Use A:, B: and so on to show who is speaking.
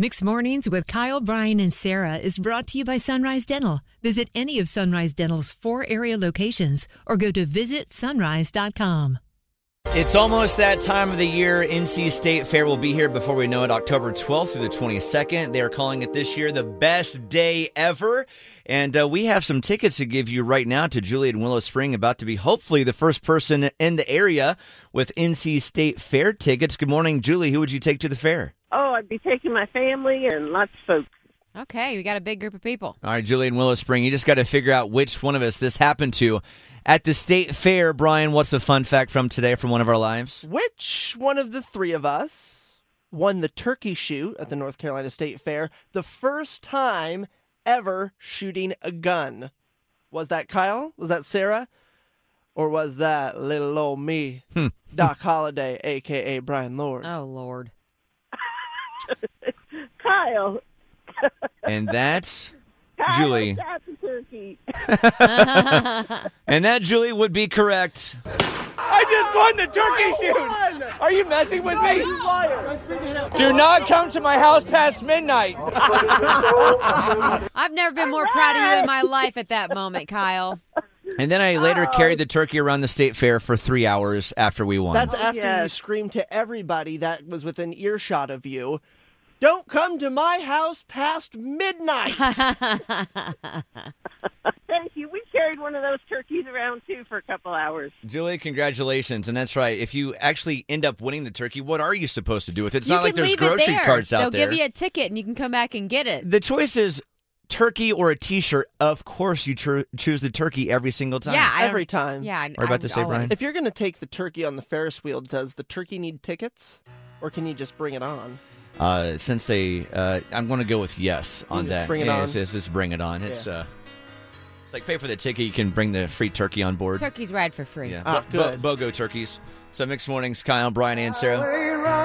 A: Mixed Mornings with Kyle, Brian, and Sarah is brought to you by Sunrise Dental. Visit any of Sunrise Dental's four area locations or go to visitsunrise.com.
B: It's almost that time of the year. NC State Fair will be here before we know it, October 12th through the 22nd. They are calling it this year the best day ever. And uh, we have some tickets to give you right now to Juliet and Willow Spring, about to be hopefully the first person in the area with NC State Fair tickets. Good morning, Julie. Who would you take to the fair?
C: Oh, I'd be taking my family and lots of folks.
D: Okay, we got a big group of people.
B: All right, Julie and Willow Spring, you just got to figure out which one of us this happened to. At the state fair, Brian, what's a fun fact from today from one of our lives?
E: Which one of the three of us won the turkey shoot at the North Carolina State Fair the first time ever shooting a gun? Was that Kyle? Was that Sarah? Or was that little old me,
F: Hmm.
E: Doc Holliday, aka Brian Lord?
A: Uh,
D: Oh, Lord.
C: Kyle.
B: And that's
C: Kyle
B: Julie.
C: shot the turkey.
B: And that, Julie, would be correct.
F: I just won the turkey shoot. Are you messing with me? Do not come to my house past midnight.
D: I've never been more proud of you in my life at that moment, Kyle.
B: And then I later carried the turkey around the state fair for three hours after we won.
E: That's after you
C: yes.
E: screamed to everybody that was within earshot of you, Don't come to my house past midnight.
C: Thank you. We carried one of those turkeys around too for a couple hours.
B: Julie, congratulations. And that's right. If you actually end up winning the turkey, what are you supposed to do with it? It's
D: you
B: not like
D: can
B: there's
D: leave
B: grocery
D: it there.
B: carts out
D: They'll
B: there.
D: give you a ticket and you can come back and get it.
B: the choice is turkey or a t shirt. Of course, you tur- choose the turkey every single time.
D: Yeah, I
E: Every
D: don't-
E: time.
D: Yeah, I-
B: We're about
D: I'm
B: to say,
D: always-
B: Brian.
E: If you're going to take the turkey on the Ferris wheel, does the turkey need tickets? Or can you just bring it on?
B: Uh, since they, uh, I'm going to go with yes on
E: just
B: that.
E: bring it
B: Yeah,
E: on.
B: It's, it's, it's bring it on. It's, uh, it's like pay for the ticket. You can bring the free turkey on board.
D: Turkeys ride for free.
B: Yeah.
E: Ah,
B: Bo-
E: good.
B: Bo- BOGO turkeys. So, mixed mornings, Kyle, Brian, and Sarah.